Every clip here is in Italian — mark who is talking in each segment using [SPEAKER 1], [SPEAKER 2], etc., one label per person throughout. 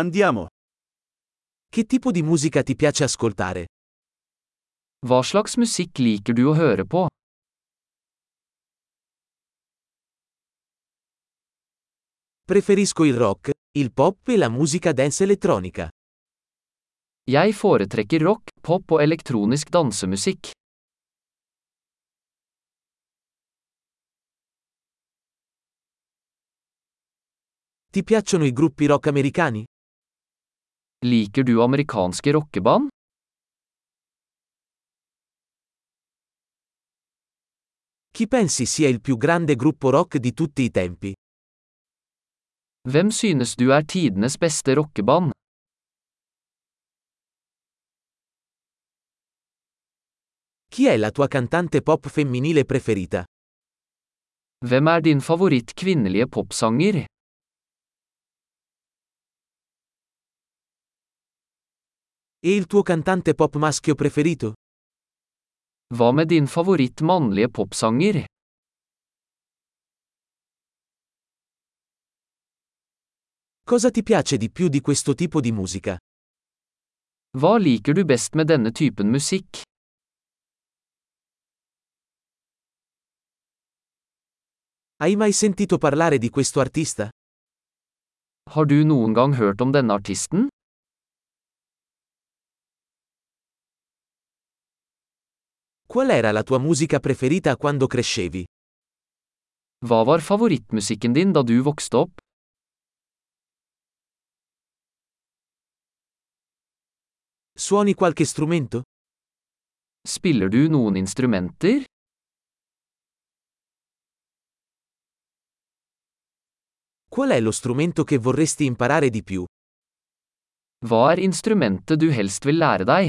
[SPEAKER 1] Andiamo. Che tipo di musica ti piace ascoltare?
[SPEAKER 2] Hva slags musikk liker du å høre på?
[SPEAKER 1] Preferisco il rock, il pop e la musica dance elettronica.
[SPEAKER 2] Jeg foretrekker rock, pop og elektronisk dansemusikk.
[SPEAKER 1] Ti piacciono i gruppi rock americani?
[SPEAKER 2] Liker du amerikanske rockeband?
[SPEAKER 1] Chi pensi sia il più grande gruppo rock di tutti i tempi?
[SPEAKER 2] Hvem synes du er tidenes beste rockeband?
[SPEAKER 1] Chi è la tua cantante pop femminile preferita?
[SPEAKER 2] Hvem er din favoritt kvinnelige popsanger?
[SPEAKER 1] E il tuo cantante pop maschio preferito?
[SPEAKER 2] Hva med din favoritt mannlige popsanger?
[SPEAKER 1] Cosa ti piace di più di questo tipo di musica?
[SPEAKER 2] Hva liker du best med denne typen musikk?
[SPEAKER 1] Hai mai sentito parlare di questo artista?
[SPEAKER 2] Har du noen gang hørt om denne artisten?
[SPEAKER 1] Qual era la tua musica preferita quando crescevi?
[SPEAKER 2] Hva var favorittmusikken din da du vokste opp?
[SPEAKER 1] Suoni qualche strumento?
[SPEAKER 2] Spiller du noen instrumenter?
[SPEAKER 1] Qual è lo strumento che vorresti imparare di più?
[SPEAKER 2] Hva er instrumentet du helst vil lære deg?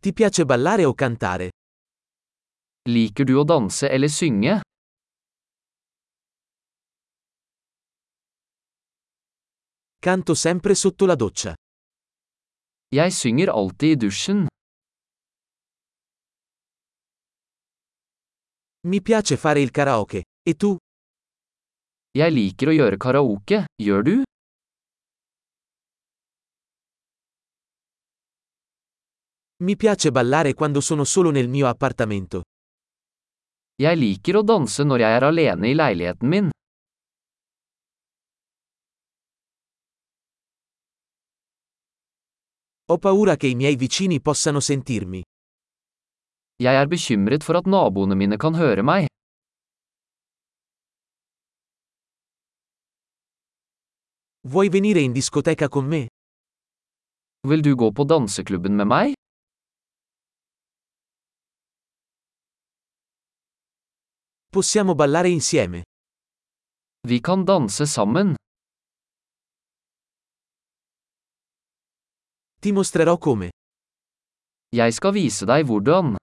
[SPEAKER 1] Ti piace ballare o cantare?
[SPEAKER 2] Liker du å danse eller synge?
[SPEAKER 1] Canto sempre sotto la doccia.
[SPEAKER 2] Jeg synger alltid i dusjen.
[SPEAKER 1] Mi piace fare il karaoke. E tu?
[SPEAKER 2] Jeg liker å gjøre karaoke, gjør du?
[SPEAKER 1] Mi piace ballare quando sono solo nel mio appartamento.
[SPEAKER 2] Jeg liker å danse når jeg er alene i leiligheten min.
[SPEAKER 1] Ho paura che i miei vicini possano sentirmi.
[SPEAKER 2] Jeg er bekymret for at naboene mine kan høre meg.
[SPEAKER 1] Vuoi venire in discoteca con me?
[SPEAKER 2] Vil du gå på danseklubben med meg?
[SPEAKER 1] Possiamo ballare insieme.
[SPEAKER 2] Vi kan danse sammen.
[SPEAKER 1] Ti mostrerò come.
[SPEAKER 2] Jeg skal vise deg hvordan.